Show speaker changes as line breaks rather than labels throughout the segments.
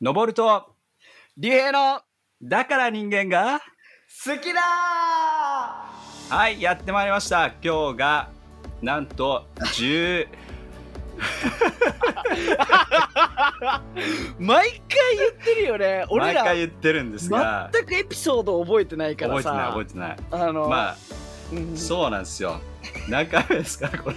登ると、
竜兵の
だから人間が、
好きだ
はい、やってまいりました。今日が、なんと、10、
ー毎回言ってるよね 俺
毎
ら
回言ってるんですが、
全くエピソード覚えてないか
覚え
ら
てない、
さ
覚えてない。
あの、
まあ、
うん
そうなんですよ。何回目ですか、これ。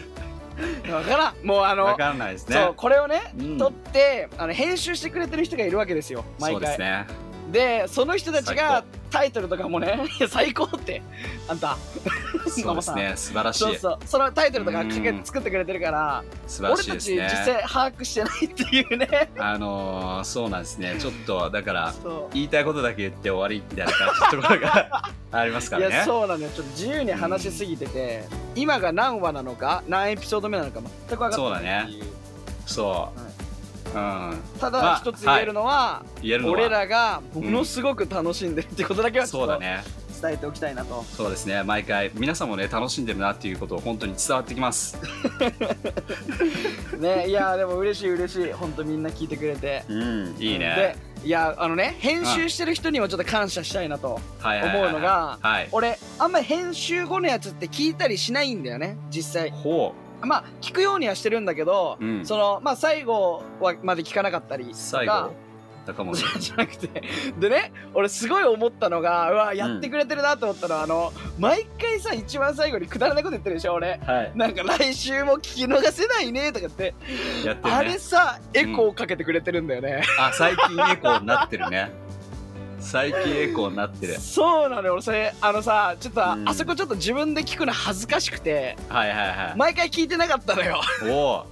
わからんもう あ
わ
の、
かんないですね。
そうこれをね、
うん
撮ってあの編集してくれてる人がいるわけですよ毎
そうで
回
すね。
でその人たちが
最
タイトルとかもね 「いや最高」ってあんた
そうですね。素晴らし
そう
い。
そうそのタイトルとかかけ
うん
作ってくれてるから
素晴ら
俺
しい
た
で
ち
す
実
ね。
際把握してないっていうね
あのー、そうなんですね。ちょっと、だから、
そ
言いたいことだけ言って終わりみたいな感じのところが ありますか
うい
らね
や。そうなのよちょっと自由に話しすぎてて、今が何話なのか何エピソード目なのか全く分かってないっていう
そう。うん。ま
ただ
あ
一つ言えるのは、
言えるのは
俺らがものすごく楽しんでるってことだけはちょ
そう
っと
だ
伝
ね。
えておきたいなと、
そうですね。毎回皆さんもね楽しんでるなっていうことを本当に伝わってきます。
ねいやでも嬉しい嬉しいほんとみんな聞いてくれて
うん。いいね。
でいやあのね編集してる人にもちょっと感謝したいなと
はいはいはい、
思うのが
はい。
俺あんまり編集後のやつって聞いたりしないんだよね実際
ほ
まあ聞くようにはしてるんだけど、
うん
そのまあ最後はまで聞かなかったり
う。
とか
最後。高本。
じゃなくてでね俺すごい思ったのがうわやってくれてるなと思ったのは、あの毎回さ一番最後にくだらないこと言ってるでしょ俺
はい。
なんか来週も聞き逃せないねとかって、
やって
あ
るね
れ。さエコーかけてくれてるんだよね、。
あ最近エコーになってるね。最近エコーになってる
そうなのよ俺それあのさちょっと、
うん
あそこちょっと自分で聞くの恥ずかしくて
はいはいは
毎回聞いてなかった のよ
い。おお。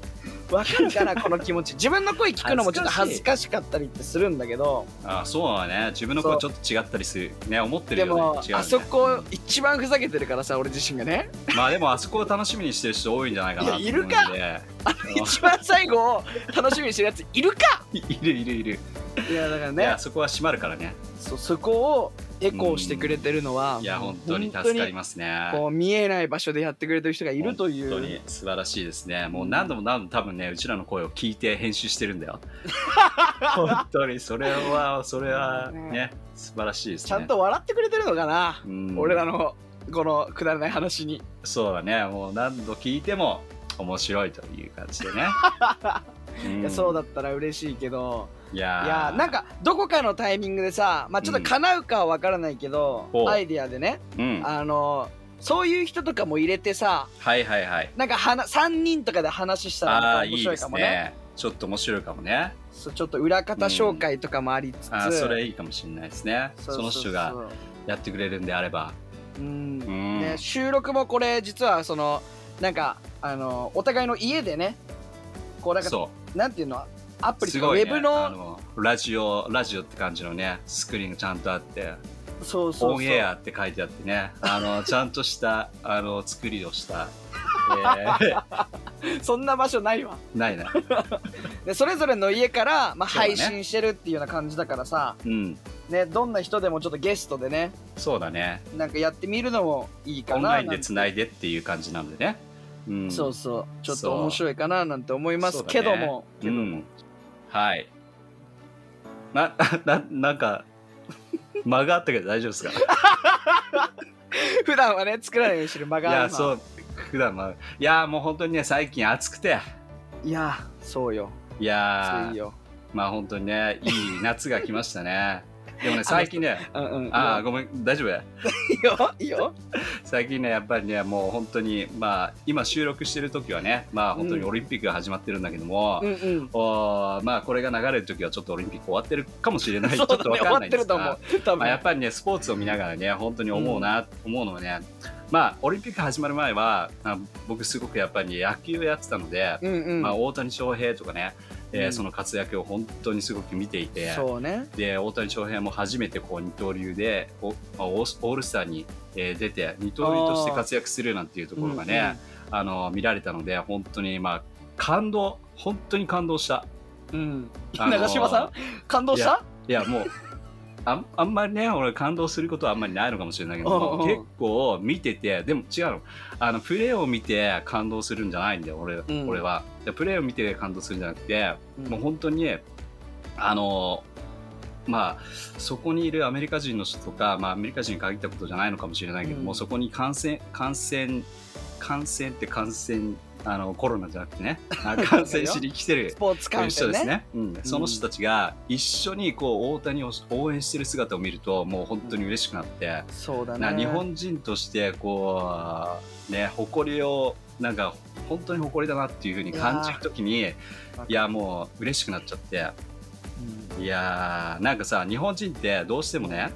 わかるかなこの気持ち自分の声聞くのもちょっと恥ずかしかったりってするんだけど
あそうだね。自分の声ちょっと違ったりするね思ってる
で
よ
も、
ね。違うよね
あそこ一番ふざけてるからさ俺自身がね
まあでもあそこを楽しみにしてる人多いんじゃないかなと思うんで。
いや 一番最後を楽しみにしてるやついるか
いるいるいる。
いやだか
い
ら
や
ね
そこは閉まるからね。
そそこをエコーしてくれてるのは、
いや本当に助かりますね。
こう見えない場所でやってくれてる人がいるという
本当に素晴らしいですねもう何度も何度も多分ねうちらの声を聞いて編集してるんだ よ本当にそれはそれはね素晴らしいですね
ちゃんと笑ってくれてるのかな、
うん
俺らのこのくだらない話に
そうだねもう何度聞いても面白いという感じでね、
いやそう
だ
だったら嬉しいけど
いや
いやなん
か
かどこかのタイミングでさまあちょっと叶うかは分からないけど、
うんほう
アイディアでね
うん
あのそういう人とかも入れてさ
はいはいはい
なんかはな3人とかで話したら
あ
ま
あ
た面
いい
白
で
いか
す
もね
ねちょっと面白いかもね
そうちょっと裏方紹介とかもありつつ、
あーそれいいかもしれないですね
ううう
その人がやってくれるんであれば
うん、
うん
ね、収録もこれ実はそのなんかあのお互いの家でねこうなんか
そう
なんていうのアプリ
す
とかウ
ごい、ね、
ェブの
あのラジオラジオって感じのねスクリーンがちゃんとあって
そうそうそう
オンエアって書いてあってねあ のちゃんとしたあの作りをした、えー
そんな場所ないわ
ないな
でそれぞれの家から、まあ、
そうだね
配信してるっていうような感じだからさ
うん
ねどんな人でもちょっとゲストでね
そうだね
なんかやってみるのもいいか
オ
な
ンラインでつない
で、
でっていう感じなんでね、うん、
そうそうちょっと面白いかななんて思います
そうだ
け
ね
ども、け
う
ども
ん、はいな ななんか間があったけど大丈夫ですか
普段はね作らないようにしてる間
い
が
や
今
そう普段まあいやもう本当にね最近暑くて
いやそうよ
いや
そういいよ
まあ本当にね、いい夏が来ました ね。でもね、最近ね、
うんうん
ああ、
うん
ごめん、大丈夫
いいよいい よ
最近ね、やっぱりね、もう本当に、まあ、今収録してる時はね、まあ本当に
うん
オリンピックが始まってるんだけども、
うんうん
おーまあこれが流れる時はちょっとオリンピック終わってるかもしれない。
そう
ちょっ
だね
とわ
終
か
わ
んない
っ
んで
てる
す
と思う
が、
多
まあ、やっ
分
ぱりね、スポーツを見ながらね、本当に思うな、思うのはね、まあオリンピック始まる前は、あ僕すごくやっぱり野球をやってたので、
うんうん
まあ大谷翔平とかね、えー
うん
その活躍を本当にすごく見ていて、
そうね
で大谷翔平も初めてこう二刀流でおまあオースオールスターに、えー出て二刀流として活躍するなんていうところがねあ、の見られたので本当にまあ感動本当に感動した
うん
あのー
長嶋さん感動し
い
た
いやもうあんあんまりね俺感動することはあんまりないのかもしれないけど
うんうんうん
結構見ててでも違うのあのプレーを見て感動するんじゃないんだよ俺,、
ん
俺はでプレーを見て感動するんじゃなくてもう本当にあのまあ、そこにいるアメリカ人の人とか、まあ、アメリカ人に限ったことじゃないのかもしれないけども、
うん
そこに感染感染感染って感染あのコロナじゃなくてねあ感染しに来てる
スポーツ観
人
戦
です
ね。
ね、うん、その人たちが一緒にこう大谷を応援してる姿を見るともう本当に嬉しくなって、
そうだ
な
ね。
日本人としてこうね誇りをなんか本当に誇りだなっていうふうに感じる時にい
ー
やもう嬉しくなっちゃって。いやーなんかさ日本人ってどうしてもね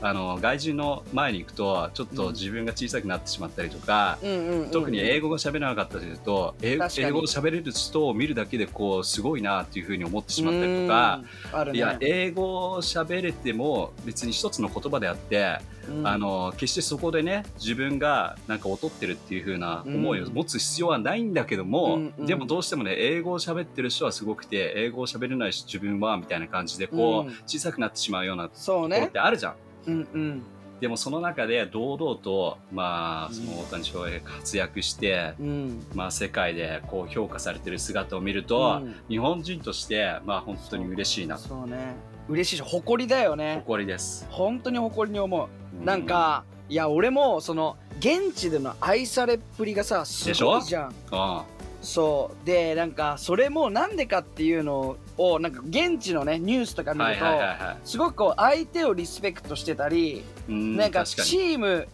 あの外人の前に行くとちょっと自分が小さくなってしまったりとか、
うんうんうんうん、
特に英
語
語が喋らなかったりすると、英
確かに
英語を喋れる人を見るだけでこうすごいなっていうふうに思ってしまったりとか、、
あるね、
いや英語を喋れても別に一つの言葉であって、
うん
あの決してそこでね自分がなんか劣ってるっていう風な思いを
うん
持つ必要はないんだけども、
うんうん
でもどうしてもね英語を喋ってる人はすごくて英語を喋れないし自分はみたいな感じでこう、
うん
小さくなってしまうようなと
そ
こ
う
ろっ
ね。
てあるじゃん。
うんうん
でもその中で堂々と、ま
う
あ、
ん
その大谷翔平が活躍して、
うん。
まあ、世界でこう評価されてる姿を見ると、
うん
日本人として、まあ、本当に嬉しいな
そうね。嬉しいし誇りだよね。
誇りです。
本当に誇りに思う。
う
なん、かいや俺もその現地での愛されっぷりがさす
でし
ご
ょ
いじゃん。
うん
そうでなんかそれもなんでかっていうのをなんか現地のねニュースとか見
は
る
い
と、
はいはいは
すごくこう相手をリスペクトしてたり、
い。うん
なんか
確かに
チーム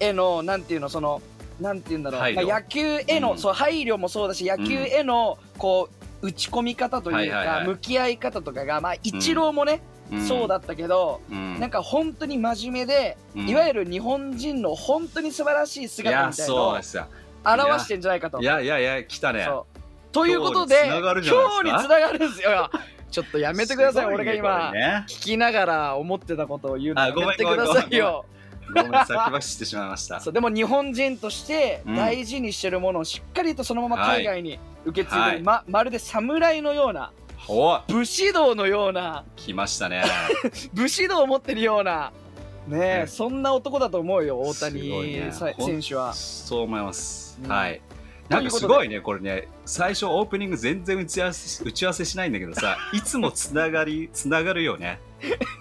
へのなんていうのそのなんていうんだろう、
配慮
まあ野球への、
うん
そう配慮もそうだし野球へのこう打ち込み方というか、
はいはいはい
向き合い方とかがまあ一郎もね、そう、だったけど、
うん
なんか本当に真面目で、
うん
いわゆる日本人の本当に素晴らしい姿みたいなのを
やそうですよ
表してんじゃないかと。
いやいやいや来たね
そうということで
今日に繋がるじゃないですか
今日につながるんですよ。ちょっとやめてください
すご
俺
ね
が今
これね
聞きながら思ってたことを言うの
あ
や
ごめん
めてください
ごめんごめんごめん
よ。
ごめん先走ってしまいました
そうでも日本人として
うん
大事にしてるものをしっかりとそのまま海外に受け継いでる、
はい
ままるで侍のような
お
武士道のような
来ました ね
武士道を持ってるようなねえ、
うん
そんな男だと思うよ大
すごい
谷
ね
さ、
ほん
選手 は。
そう思います、
うん
はい
と
ないん
う
か
ことです
ごいねこれね最初オープニング全然打ち合わせ打ち合わせしないんだけど さいつもつながりつながるよね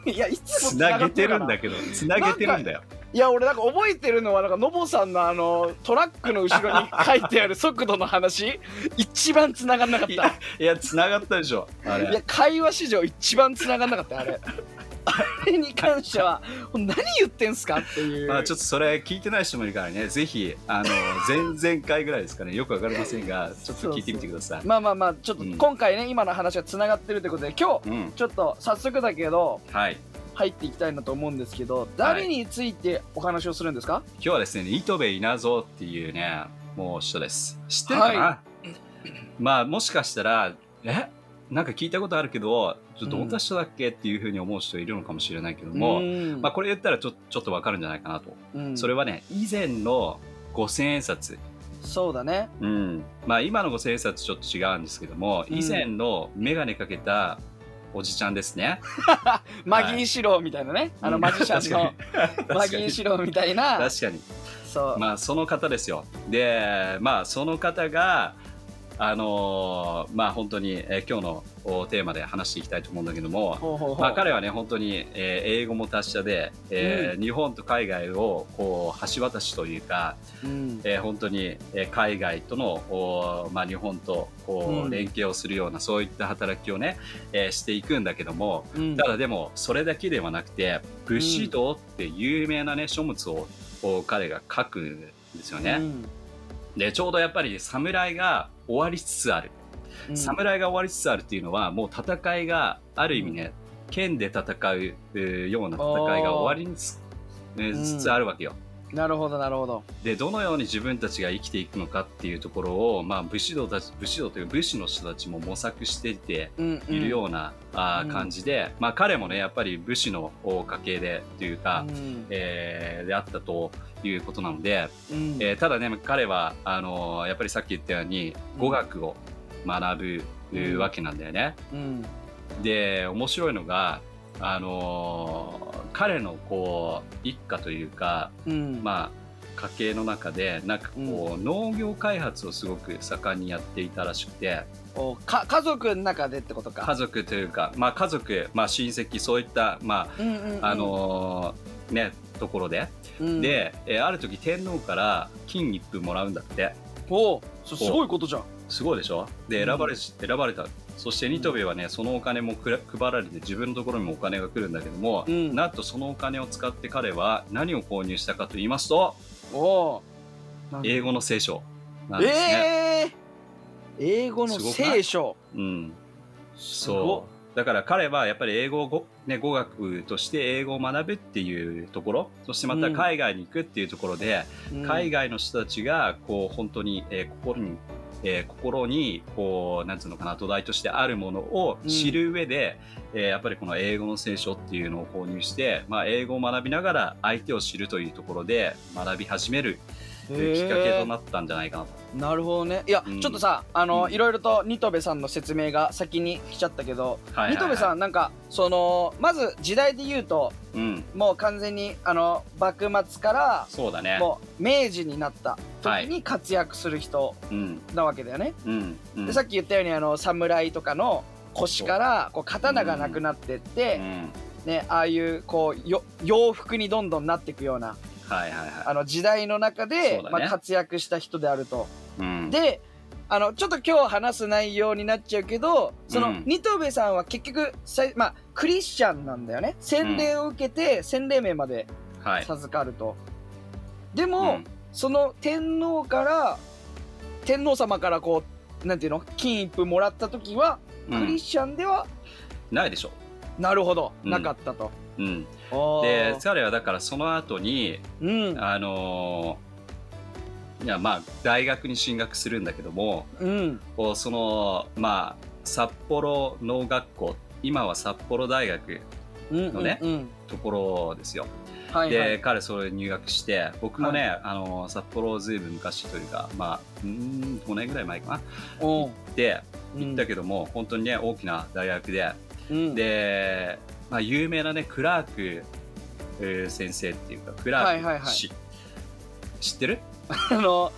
いやいつ
つ
も繋
な
が
げ
って
て
る
る
か
ん
な
だけどつなげてるんだよ
いや俺なんか覚えてるのはなんかのぼさんのあのトラックの後ろに書いてある速度の話 一番繋がんなかった。
い
い
やいやつながったでしょあれ
や会話史上一番繋がんなかったよあれ。あれに関しては何言ってんすかっていう。
まあ、ちょっとそれ聞いてない人もいるからね、ぜひ、 あの、前々回ぐらいですかね、よくわかりませんが、ちょっと聞いてみてください。
まあまあまあちょっと
うん
今回ね、今の話がつながってるということで今日
うん。
ちょっと早速だけど
はい。
入っていきたいなと思うんですけど誰についてお話をするんですか、
今日はですね、糸部稲造っていうね、もう人です。知ってるかな、
は
まあ、もしかしたら、えなんか聞いたことあるけど、ちょっとどんな人だっけっていうふうに思う人いるのかもしれないけども、
ん
まあ、これ言ったらちょちょっとわかるんじゃないかなと。
うん
それはね、以前の五千円札、
そうだね
うん、まあ今の五千円札ちょっと違うんですけども、
うん
以前の眼鏡かけたおじちゃんですね。
マギー四郎みたいなね、あのマジシャンの
確かに
マギー四郎みたいな
確かに。
そう、
まあその方ですよ。で、まあその方が、あのーまあ本当に、えー今日のおテーマで話していきたいと思うんだけども、
ほうほうほう
まあ、彼はね本当に、えー英語も達者で、えー日本と海外をこう橋渡しというか、
うん
えー本当に、えー海外との、おーまあ、日本とこ
うん
う連携をするような、そういった働きをね、えーしていくんだけども
うん
ただでもそれだけではなくて武士道って有名なね書物をこう彼が書くんですよ
う
ね。
ん
でちょうどやっぱり侍が終わりつつある
うん
侍が終わりつつあるっていうのはもう戦いがある意味ね剣で戦うえーような戦いが終わりにつえー
うん
つつあるわけよ。
なるほどなるほど
でどのように自分たちが生きていくのかっていうところを、まあ、武士道たち武士道というか武士の人たちも模索していて
うん
いるような、あー
うん
感じで、まあ、彼もねやっぱり武士のお家系でというか、
うん
えーであったということなので、
うん
えーただね彼はあのーやっぱりさっき言ったように
うん
語学を学ぶ
うん
わけなんだよね。
うん
で面白いのがあのー彼のこう一家というか
うん
まあ、家系の中でなんかこう、農業開発をすごく盛んにやっていたらしくて
おか家族の中でってこと
家
か。
族というか、まあ、家族、まあ、親戚そういった、ま
うんうんうん
ああのーねところで、
うん、
で、えーある時天皇から金一封もらうんだって
おうそすごいことじゃん。
すごいでしょで選ばれし、選ばれたそしてニトベはねそのお金もくら配られて自分のところにもお金が来るんだけども、
うん
なんとそのお金を使って彼は何を購入したかと言いますと
おうなん
英語の聖書なんですね、
えー、英語の
すごくない
聖書。
うん、
す
そ
ご
うだから彼はやっぱり英語をご、ね、語学として英語を学ぶっていうところそしてまた海外に行くっていうところで、
うん
海外の人たちがこう本当に、えー心に、えー心にこうなんつうのかな土台としてあるものを知る上で、えーやっぱりこの英語の聖書っていうのを購入して、まあ、英語を学びながら相手を知るというところで学び始めるというきっかけとなったんじゃないかなと。
なるほどねいや、
うん
ちょっとさあの、
うん
いろいろとニトベさんの説明が先に来ちゃったけど、
はいはいはい
ニトベさんなんかそのまず時代で言うと
うん、
もう完全にあの幕末か
そうだ
ら
ね。
もう明治になった
は
時
い
に活躍する人
うん、
なわけだよね、
うん、うん
でさっき言ったようにあの侍とかの腰からこう刀がなくなってって、
うん、
ね、ああいうこうよ洋服にどんどんなっていくような
はいはいは
あの時代の中
そ
で、
うだね
まあ、活躍した人であると。
い。うん、
であのちょっと今日話す内容になっちゃうけどその、
うん
ニトベさんは結局さい、まあ、クリスチャンなんだよね洗礼を受けて洗礼名まで
はい。
授かると、で
う
も、
ん
その天皇から天皇様からこうなんていうの金一封もらった時は、
う
クリ
ん、
スチャンでは
ないでしょ。
なるほど、
うん
なかったと。
うん、
おー
で彼はだからその後に
うん
あのーいやまあ大学に進学するんだけども
うん
こうそのまあ札幌農学校今は札幌大学
うん
のね
うんうん
ところですよ、
はいはい
で彼それ入学して僕もね、あのー札幌をずいぶん昔というかまあうーん5年ぐらい前かな
おー
で
うん
行ったけども、本当にね大きな大学で
うん
で、まあ、有名なねクラークえー先生っていうかクラーク氏、
はいはいはい
知ってる
あの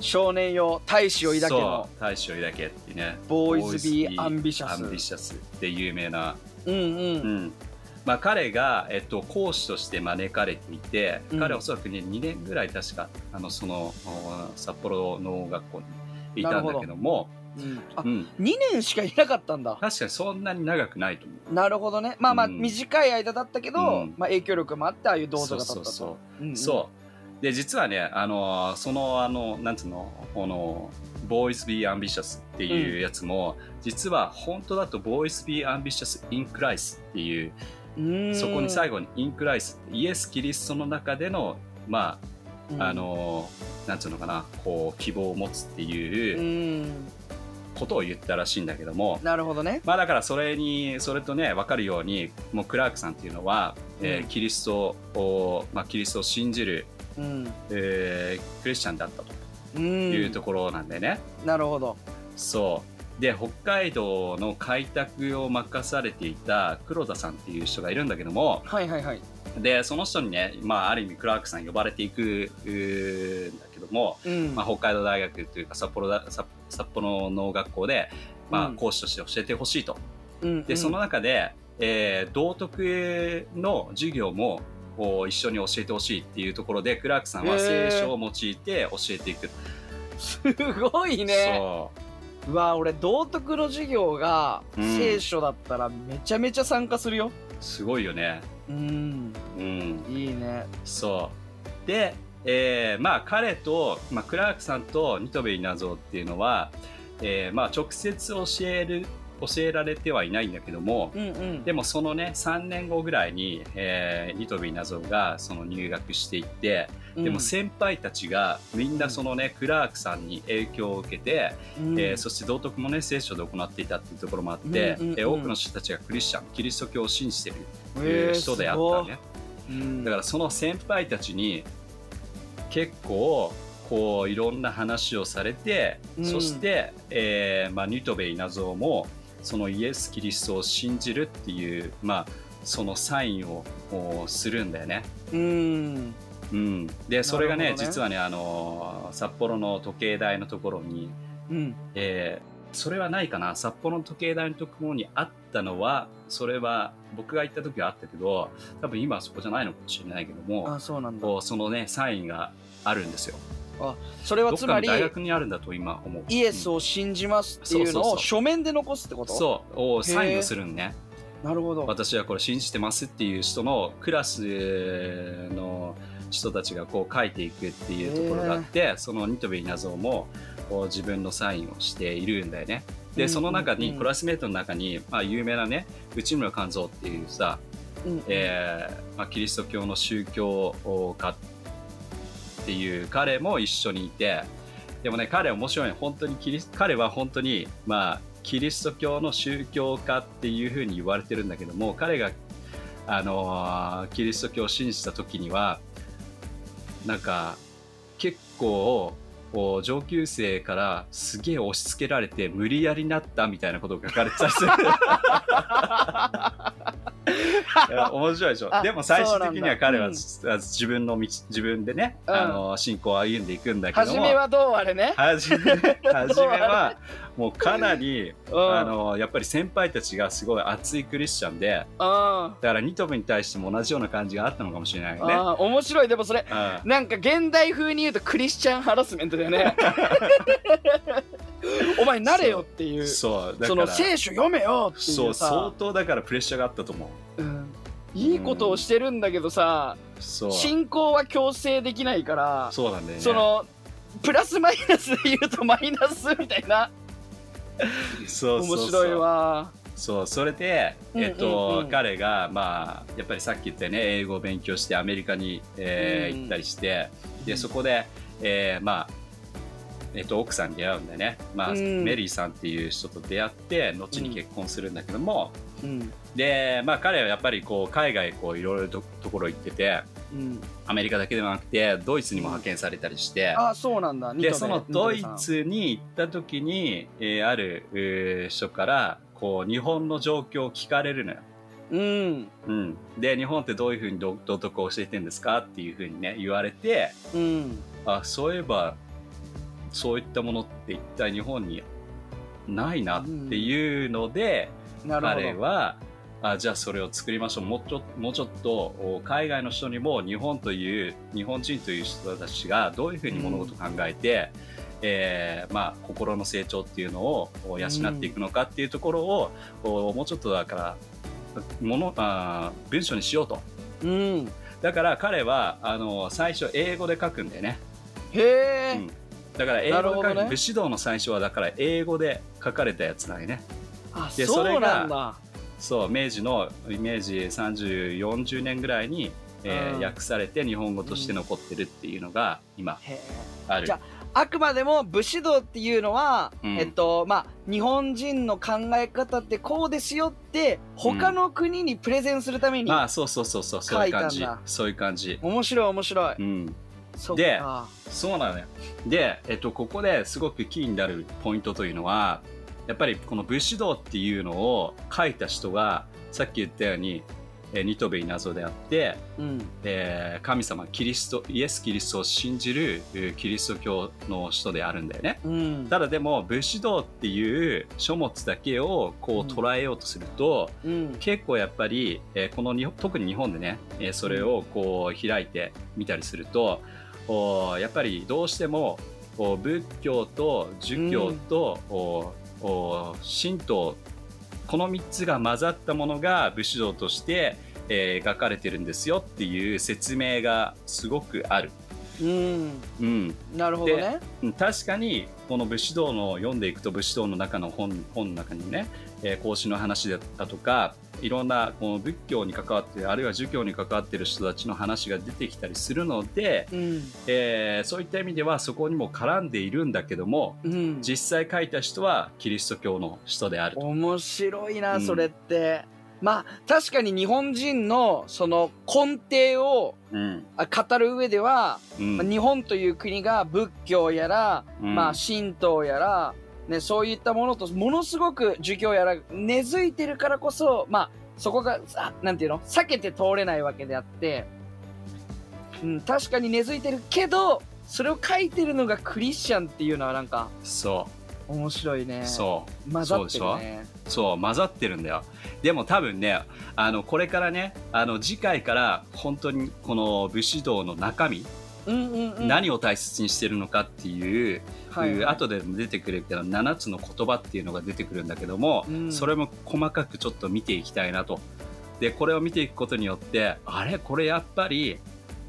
少年用大使を抱けの
そう大使を抱けっていうね
ボーイズ・ビー・アンビシ
ア
ャ
ンビ
ス。
シャスで有名な、
うん
う
うん。
んまあ、彼が、えっと、講師として招かれていて、
うん
彼はおそらくね2年ぐらい確かあのそのお札幌農学校にいたんだけども
うんあ
うん、
2年しかいなかったんだ。
確かにそんなに長くないと思う。
なるほどね。まあまあ
うん
短い間だったけど、
うん
まあ影響力もあってああいう銅像が立ったと。
そうそうそう
うんうん
そうで実はねあのそのあのなんつうのこのボーイズ・ビー・アンビシャスっていうやつも、実は本当だとボーイズ・ビー・アンビシャス・イン・クライスっていう
うーん
そこに最後にインクライスイエス・キリストの中でのま
うん
ああのなんつうのかなこう希望を持つって
う
いうんことを言ったらしいんだけども、
なるほどね。
まあだからそれにそれとね分かるようにもうクラークさんっていうのは、えー
うん
キリストを、まあ、キリストを信じる、
うん。
えークリスチャンだった
う
と
ん。
いうところなんでね、
なるほど。
そうで北海道の開拓を任されていた黒田さんっていう人がいるんだけども、
はいはいはい。
でその人にね、まあ、ある意味クラークさん呼ばれていくうーんだけども、
うん。
まあ、北海道大学というか札幌だ札札幌農学校で、まあ
うん
講師として教えてほしいと
うん
でその、中で、えー道徳の授業もこう一緒に教えてほしいっていうところでクラークさんは聖書を用いて教えていく、
すごいね。
そう
わ俺道徳の授業が
うん
聖書だったらめちゃめちゃ参加するよ。
うすごいよね
うん。
うん
いいね。
そうで、えーまあ彼と、まあ、クラークさんとニトベイナゾーっていうのは、えーまあ直接教える教えられてはいないんだけども
うんうん。
でもそのね3年後ぐらいに、えーニトベイナゾーがその入学していって
うん
でも先輩たちがみんなそのね、クラークさんに影響を受けて、
うん
えーそして道徳もね聖書で行っていたっていうところもあって、
うんうんうん
えー多くの人たちがクリスチャンキリスト教を信じてる、
えー
人であったね。
すごいうん
だからその先輩たちに結構こういろんな話をされて、
うん
そして、えーまあ、ニトベイナゾーもそのイエス・キリストを信じるっていう、まあ、そのサインをこうするんだよね。
うん
うん、でそれがね
なるほどね
実はねあのー札幌の時計台のところに、
うん。
えーそれはないかな札幌の時計台のところにあったのはそれは僕が行った時はあったけど多分今はそこじゃないのかもしれないけども
あ、そうなんだ。
こうそのねサインがあるんですよ
それは
どっか
つま
の
り、
大学にあるんだと今思う
イエスを信じますっていうの
そうそうそ
を
う
書面で残すってこと
そうおサインをするんね
う。なるほど。
私はこれ信じてますっていう人のクラスの人たちがこう書いていくっていうところがあって、そのニトビイナゾウもこう自分のサインをしているんだよね。
うんうんう
で
ん
その中にクラスメートの中に、まあ、有名なね内村勘三っていうさ、
うん
えーまあ、キリスト教の宗教家っていう彼も一緒にいてでもね彼は面白いね本当にキリス彼は本当にまあキリスト教の宗教家っていうふうに言われてるんだけども彼があのーキリスト教を信じた時にはなんか結構こう上級生からすげえ押し付けられて無理やりなったみたいなことが書かれてたりする いや面白いでしょ
あ
でも最終的には彼は、
そう
自分の道自分でね、
うん
あの信仰を歩んでいくんだけど
初
も
めはどうあれね。
は じめ初めはもうかなり
うん。
あのやっぱり先輩たちがすごい熱いクリスチャンで
うん。
だからニトムに対しても同じような感じがあったのかもしれないよね。
あー面白いでもそれ
うん
なんか現代風に言うとクリスチャンハラスメントだ よねお前なれよっていうそ
そうだか
の
ら
聖書読めよってい
そうう相
さ
当だからプレッシャーがあったと思う。
うんいいことをしてるんだけどさ、
そう
信仰は強制できないから
そうなんだよね。
そのプラスマイナスで言うとマイナスみたいな
そうそう
面
そう
白いわ
そうそれで、
うん
えっと
うんうん
彼がまあやっぱりさっき言ったよね英語を勉強してアメリカに、えー
うん
行ったりして
う
で
ん
そこで、えーまあえっと、奥さんに出会うんだよね、まあ
うん
メリーさんっていう人と出会って後に結婚するんだけども、
うん
で、まあ、彼はやっぱりこう海外こういろいろとところ行ってて
うん
アメリカだけではなくてドイツにも派遣されたりして、
ああそうなんだニ
で
トベ
そのドイ
ニトベさん
ツに行った時に、えーあるえー人からこう日本の状況を聞かれるのよ。
うん
うん、で日本ってどういうふうにど道徳を教えてるんですかっていうふうにね言われて
うん
あそういえばそういったものって一体日本にないなっていうので、
な
彼
るほど
はあじゃあそれを作りましょうもうちょもうちょっとお海外の人にも日本という日本人という人たちがどういうふうに物事を考えて、えーまあ、心の成長っていうのをお養っていくのかっていうところを、おもうちょっとだからものあー文章にしようと
うん
だから彼はあの最初英語で書くんだよね
へえ、
うんだから英語で書
なるほ
く、
どね
武士道の最初はだから英語で書かれたやつなんよね
あ
で
そ
それが
うなんだ
そう明治の明治3040年ぐらいに、えー
うん
訳されて日本語として残ってるっていうのが今
へえ
ある
じゃあくまでも武士道っていうのは、
うん
えっとまあ日本人の考え方ってこうですよって他の国にプレゼンするために、
まあそうそうそうそうそういう感
書い
じ
たんだ
そういう感じ
面白い面白い、
うん
そっ
で
か
そうなのよで、えっと、ここですごくキーになるポイントというのはやっぱりこの武士道っていうのを書いた人がさっき言ったように、えー、ニトベイ謎であって
うん
えー神様キリストイエス・キリストを信じるえーキリスト教の人であるんだよね
うん
ただでも武士道っていう書物だけをこう捉えようとすると、
うん
結構やっぱり、えーこの日本特に日本でね、えーそれをこう開いてみたりすると、おーやっぱりどうしてもおー仏教と儒教と、おーおー神道この3つが混ざったものが武士道として、えー描かれてるんですよっていう説明がすごくある。
うん
うん、
なるほどね
うん確かにこの武士道の読んでいくと武士道の中の本本の中にね、えー孔子の話だとかいろんなこの仏教に関わってあるいは儒教に関わってる人たちの話が出てきたりするので、
うん
えーそういった意味ではそこにも絡んでいるんだけども
うん
実際書いた人はキリスト教の人であると。
面白いな、
うん
それってまあ確かに日本人のその根底を
うん
あ語る上では、
うん
まあ日本という国が仏教やら、
うん
まあ、神道やら、ね、そういったものとものすごく儒教やら根付いてるからこそ、まあ、そこがあなんていうの避けて通れないわけであってうん、確かに根付いてるけどそれを書いてるのがクリスチャンっていうのはなんか
そ、
面白いうね
そう。
混ざってるね
そう混ざってるんだよでも多分ねあのこれからねあの次回から本当にこの武士道の中身、
うんうんうん
何を大切にしてるのかっていう、
はいはい
後でも出てくるけど7つの言葉っていうのが出てくるんだけども、
うん
それも細かくちょっと見ていきたいなとでこれを見ていくことによってあれこれやっぱり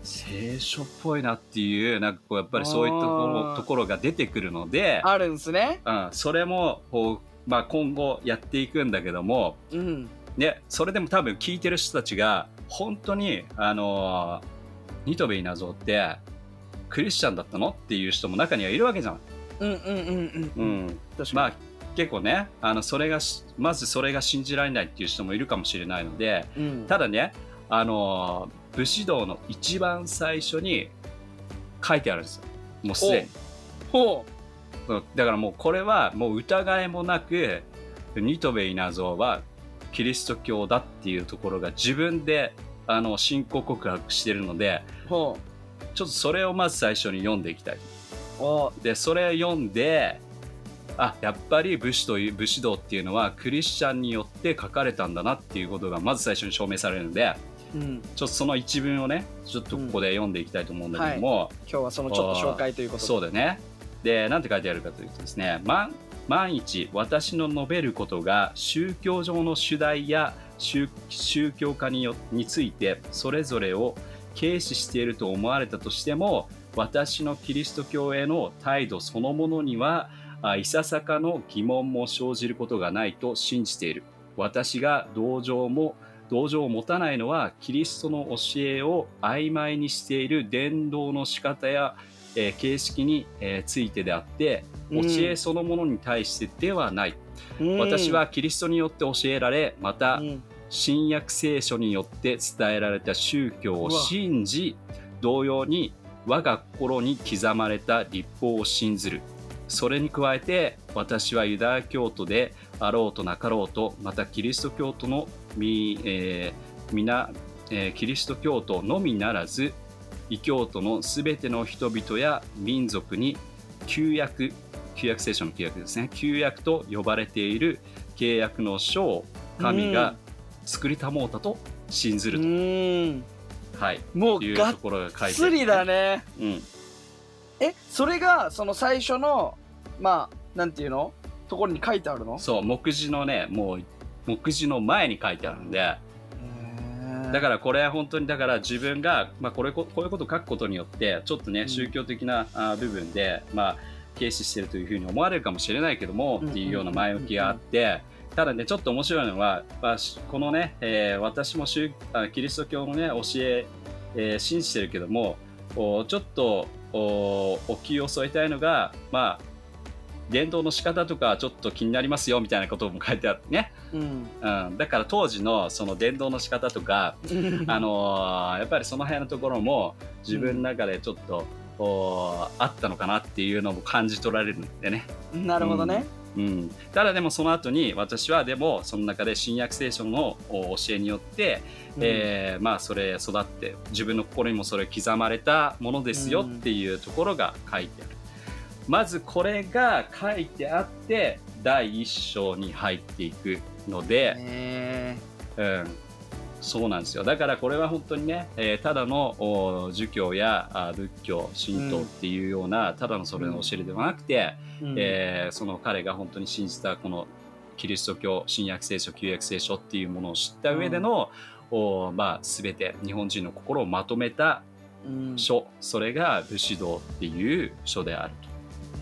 聖書っぽいなっていうなんかこうやっぱりそういったとこ
あー
ろところが出てくるので、
あるんすね
うん、それもこう、まあ、今後やっていくんだけども
うん
ね、それでも多分聞いてる人たちが本当に、あのーニトベイナゾーってクリスチャンだったのっていう人も中にはいるわけじゃん。
うんうんうん
う
うん
ん、
確
ま
か
あ結構ねあのそれがしまずそれが信じられないっていう人もいるかもしれないので
にうん
ただね、あのー武士道の一番最初に書いてあるんですよもうすでに。
ほ
うんだからもうこれはもう疑いもなくニトベイナゾーはキリスト教だっていうところが自分であの信仰告白してるので
うほ
ちょっとそれをまず最初に読んでいきたいう
お
でそれ読んであやっぱり武士という武士道っていうのはクリスチャンによって書かれたんだなっていうことがまず最初に証明されるので
うん
ちょっとその一文をねちょっとここで読んでいきたいと思うんだけども、
今日はそのちょっと紹介ということで
そうだね。で、なんて書いてあるかというとですね、万万一私の述べることが宗教上の主題や宗宗教家によについてそれぞれを軽視していると思われたとしても私のキリスト教への態度そのものにはあいささかの疑問も生じることがないと信じている私が同情も同情を持たないのはキリストの教えを曖昧にしている伝道の仕方や、えー形式に、えーついてであって教
うん
えそのものに対してではない、
うん
私はキリストによって教えられまた、
うん
新約聖書によって伝えられた宗教を信じ同様に我が心に刻まれた立法を信ずるそれに加えて私はユダヤ教徒であろうとなかろうとまたキリスト教徒のみ、えー皆、えーキリスト教徒のみならず異教徒のすべての人々や民族に旧約旧約聖書の旧約ですね旧約と呼ばれている契約の書を神が作りたもうたと信ず
う
ると、
ん
はい
もう
いう
が
と
っ
ころが書いてある
つりだね
うん
えそれがその最初のまあなんていうのところに書いてあるの
そう目次のねもう目次の前に書いてあるんでだ
ら
からこれ本当にだから自分が、まあ、これここういうことを書くことによってちょっとね、
うん
宗教的なあ部分で、まあ、軽視してるというふうに思われるかもしれないけども、
うん
っていうような前置きがあって。ただね、ちょっと面白いのは、まあ、しこのね、えー私も宗あキリスト教のね、教ええー信じてるけどもおちょっとおお気を添えたいのがまあ伝統の仕方とかちょっと気になりますよみたいなことも書いてあってね、
うん
うん、だから当時のその伝統の仕方とか、 あのーやっぱりその辺のところも自分の中でちょっと、おあったのかなっていうのも感じ取られるんでね、
なるほどね
うん、ただでもその後に私はでもその中で新約聖書のお教えによってえーまあそれ育って自分の心にもそれ刻まれたものですよっていうところが書いてある、まずこれが書いてあって第一章に入っていくの
うん
で、
ね
うん、そうなんですよだからこれは本当にね、えーただのお儒教やあ仏教神道っていうような、ただのそれの教えではなくて、
うん
えーその彼が本当に信じたこのキリスト教新約聖書旧約聖書っていうものを知った上での、おまあ、全て日本人の心をまとめた
うん
書、それが武士道っていう書である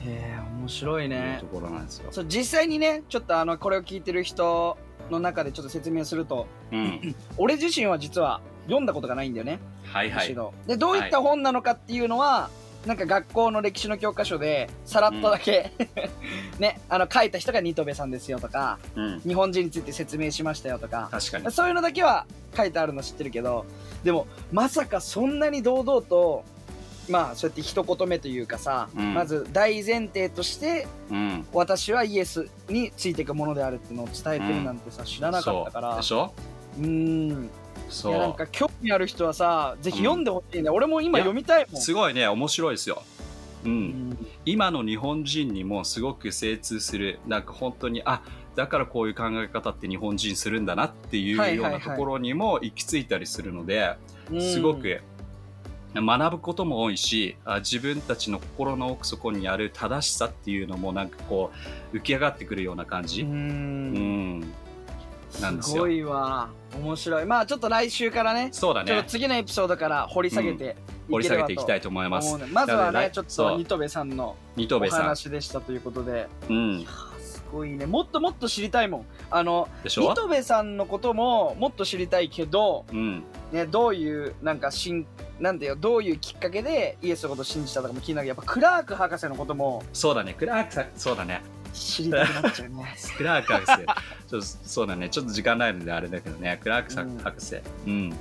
へー面白い
という
ね
ところなんですよ。
そう実際にねちょっとあのこれを聞いてる人の中でちょっと説明すると
うん、
俺自身は実は読んだことがないんだよね
はいはい
むし。ろでどういった本なのかっていうのは、なんか学校の歴史の教科書でさらっとだけ、 ねあの書いた人が新渡戸さんですよとか
うん、
日本人について説明しましたよとか
確 かに。
そういうのだけは書いてあるの知ってるけどでもまさかそんなに堂々とまあそうやって一言目というかさ、
うん
まず大前提として
うん、
私はイエスについていくものであるっていうのを伝えてるなんてさ、知らなかったから
そうでしょ
うーんい
そ
やなん
う
か興味ある人はさぜひ読んでほしいね、俺も今読みたいもん
すごいね面白いですよう
うんん
今の日本人にもすごく精通するなんか本当にあだからこういう考え方って日本人するんだなってい
はいう
よう
はいは
ないところにも行き着いたりするので
うん
すごく学ぶことも多いしあ自分たちの心の奥底にある正しさっていうのもなんかこう浮き上がってくるような感
う
じ、うん
ん
なんです
す
よ
ごいわ面白いまあちょっと来週からね
そうだ
ちょっ
ね
と次のエピソードから掘り下げて
掘
い
り下
けれ
げ
ば
てい
と
きたいと思いま
思う
す
ねまずは
なので
ね
来
ちょっ
そ
と
う
ニトベさんの
二戸
お
部さん、
話でしたということで
うん、
すごいねもっともっと知りたいもんあの
でし
ニ
ょ、
トベさんのことももっと知りたいけど
うん、
ねどういうなんかしんなんだよどういうきっかけでイエスのことを信じたとかも気になるけどやっぱクラーク博士のことも
そうだねクラークさんそうだね
知りたくなっちゃう ね
クラーク博士ちょっとそうだねちょっと時間ないのであれだけどねクラークさ
うん
ん博士、うん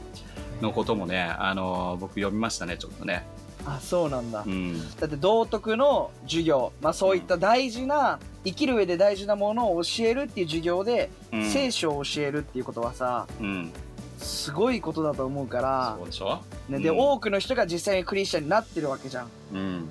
のこともね、あのー僕読みましたねちょっとね、
あそうなんだ
うん、
だって道徳の授業、まあ、そういった大事な生きる上で大事なものを教えるっていう授業で、
うん
聖書を教えるっていうことはさ
うん、
すごいことだと思うから
そう、でしょ、
ね、で、
うん
多くの人が実際にクリスチャンになってるわけじゃん
うん、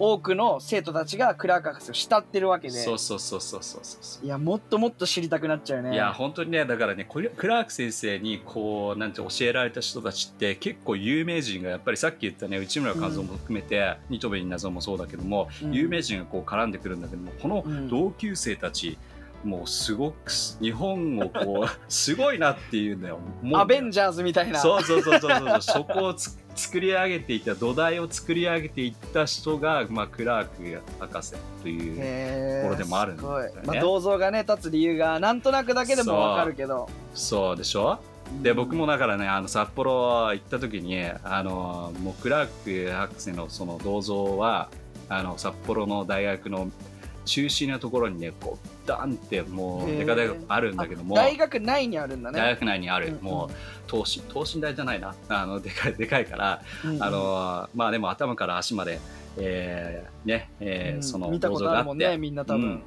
多くの生徒たちがクラーク博士を慕ってるわけで
そうそうそうそうそうそうそう
いやもっともっと知りたくなっちゃうね
いや本当にねだからねこれクラーク先生にこうなんて教えられた人たちって結構有名人がやっぱりさっき言ったね内村和夫も含めて、ニトベニナゾもそうだけども、
うん
有名人がこう絡んでくるんだけどもこの
うん
同級生たち、もうすごくす日本をこ うすごいなっていうのよもう
アベンジャーズみたいな
そうそうそうそうそうそこをつ作り上げていった土台を作り上げていった人が、まあ、クラーク博士という、
へー
ところでもあるん
す
だ
ご
よ
い
ね、
まあ、銅像がね立つ理由がなんとなくだけでもわかるけど
そうでしょで僕もだからねあの札幌行った時にあのもうクラーク博士のその銅像はあの札幌の大学の中心のところにねこうダンってもう
へー
でかでかあるんだけども、
あ大学内にあるんだ
大
ね
学内にある、
うん
もう等身等身大じゃないなあのでかいでかいから、
うんうん
あのまあでも頭から足まで、えーね、えー
うん
その
見た
銅
こ
像
とあ
があっ
る
て
もんねみんな多分、
うん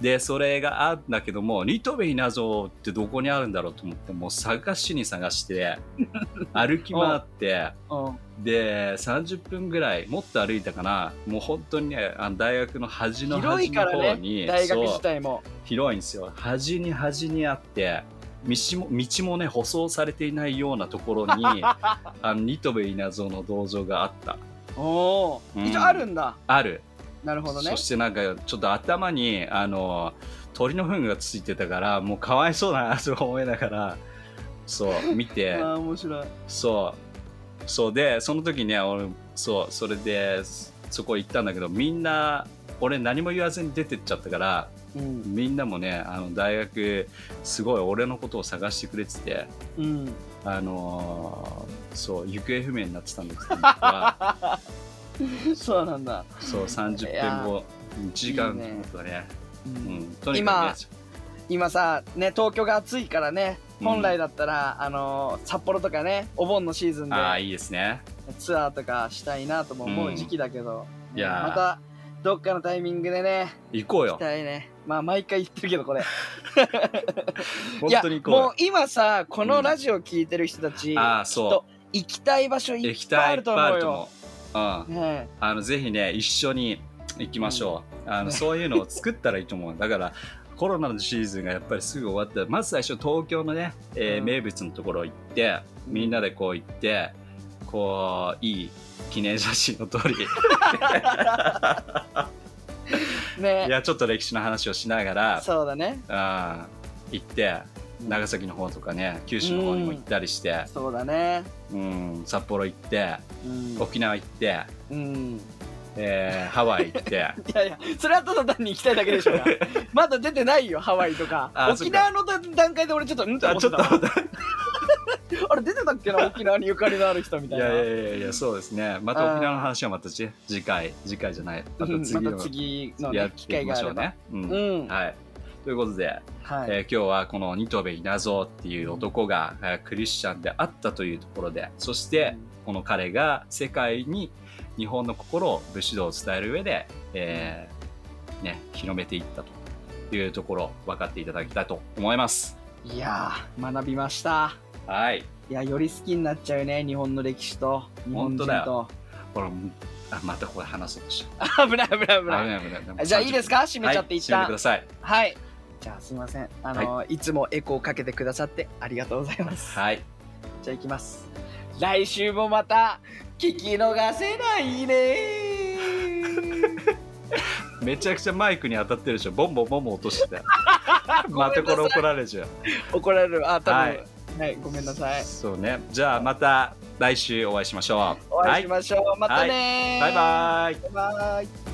でそれがあるんだけどもニトベイナゾってどこにあるんだろうと思ってもう探しに探して 歩き回って
うん
で30分ぐらいもっと歩いたかなもう本当にねあの大学の端の
広
端
いか
の方
ら
に、
ね大学
そう
自体も
広いんですよ端に端にあって道も道もね舗装されていないようなところ にあのニトベイナゾの銅像があった
おおー、
うん
一応あるんだ
ある
なるほどね
そしてなんかちょっと頭にあの鳥の糞がついてたからもうかわいそうだなと思いながらそう見
あ
て
ー面白い
そうそうでその時ね俺そうそれでそそこ行ったんだけどみんな俺何も言わずに出てっちゃったから
うん
みんなもねあの大学すごい俺のことを探してくれてて
うん
あのーそう行方不明になってたんですけど僕は
そうなん だ、
そう30分後1時間とかね
うん
うん、とにかくね
今さね東京が暑いからね
うん
本来だったら、あのー札幌とかねお盆のシーズンで
ああいいですね
ツアーとかしたいなとも思う時期だけど、
うんいやー
またどっかのタイミングでね
行こう
行
よ
きたいねまあ毎回言ってるけどこれ
本当に行
いや
こ
もう今さこのラジオ聞いてる人たち、
うよああ
きっ
そ
と行きたい場所
う
い
行き
っぱい
た
あ
いい
る
っぱいあ
と思う
ると
よ
思う、うん、
ね
あのぜひね一緒に行きましょう、あのそういうのを作ったらいいと思う だからコロナのシーズンがやっぱりすぐ終わったらまず最初東京のね、えー
うん
名物のところ行ってみんなでこう行ってこういい記念写真を撮 り
えね
いやちょっと歴史の話をしながら
そうだね
あ行って長崎の方とかね九州の方にも行ったりして、
そうだね
うん、札幌行って
うん、
沖縄行って、
うん、い
えーハワイ行って
やいやそれはただ単に行きたいだけでしょうがまだ出てないよハワイとか
あそ
沖
っか
縄の段階で俺ちょっとうんって
あ
思っ
ちょ
て
ったと
わあれ出てたっけな沖縄にゆかりのある人み
い
たい
や
ない
やいやいやそうですねまた沖縄の話はまたじ次回次回じゃないまた次
うんま
の
た次の、
や
ね
っ、
機
ていき
会
ま
があ
し
れ
ょう
ば、
ね、うん
うん、
はいということで、
はい、
えー今日はこのニトベイナゾーっていう男が、えークリスチャンであったというところでそしてこの彼が世界に日本の心を武士道を伝える上で、えーね、広めていったというところ分かっていただきたいと思います。
いやー学びました
はい。
いやより好きになっちゃうね日本の歴史と日
本
本人
当だ
と
ほら、もうあまたこれ話そうとした。
危ない危ない危ない
危ない危ない
じゃあいいですか閉めちゃって一旦
はい、閉めてください。
はいじゃあすいませんあの、い、つもエコーかけてくださってありがとうございます
はい。
じゃあ行きます来週もまた聞き逃せないね
めちゃくちゃマイクに当たってるでしょ。ボンボンボンボン落と してたよ。またこれ怒られちゃう。
怒られるあ多分は
はいい、
ごめんなさい
そうね。じゃあまた来週お会いしましょう。
お会いしましょう、またねー
はい。バイバイ。
バイバイ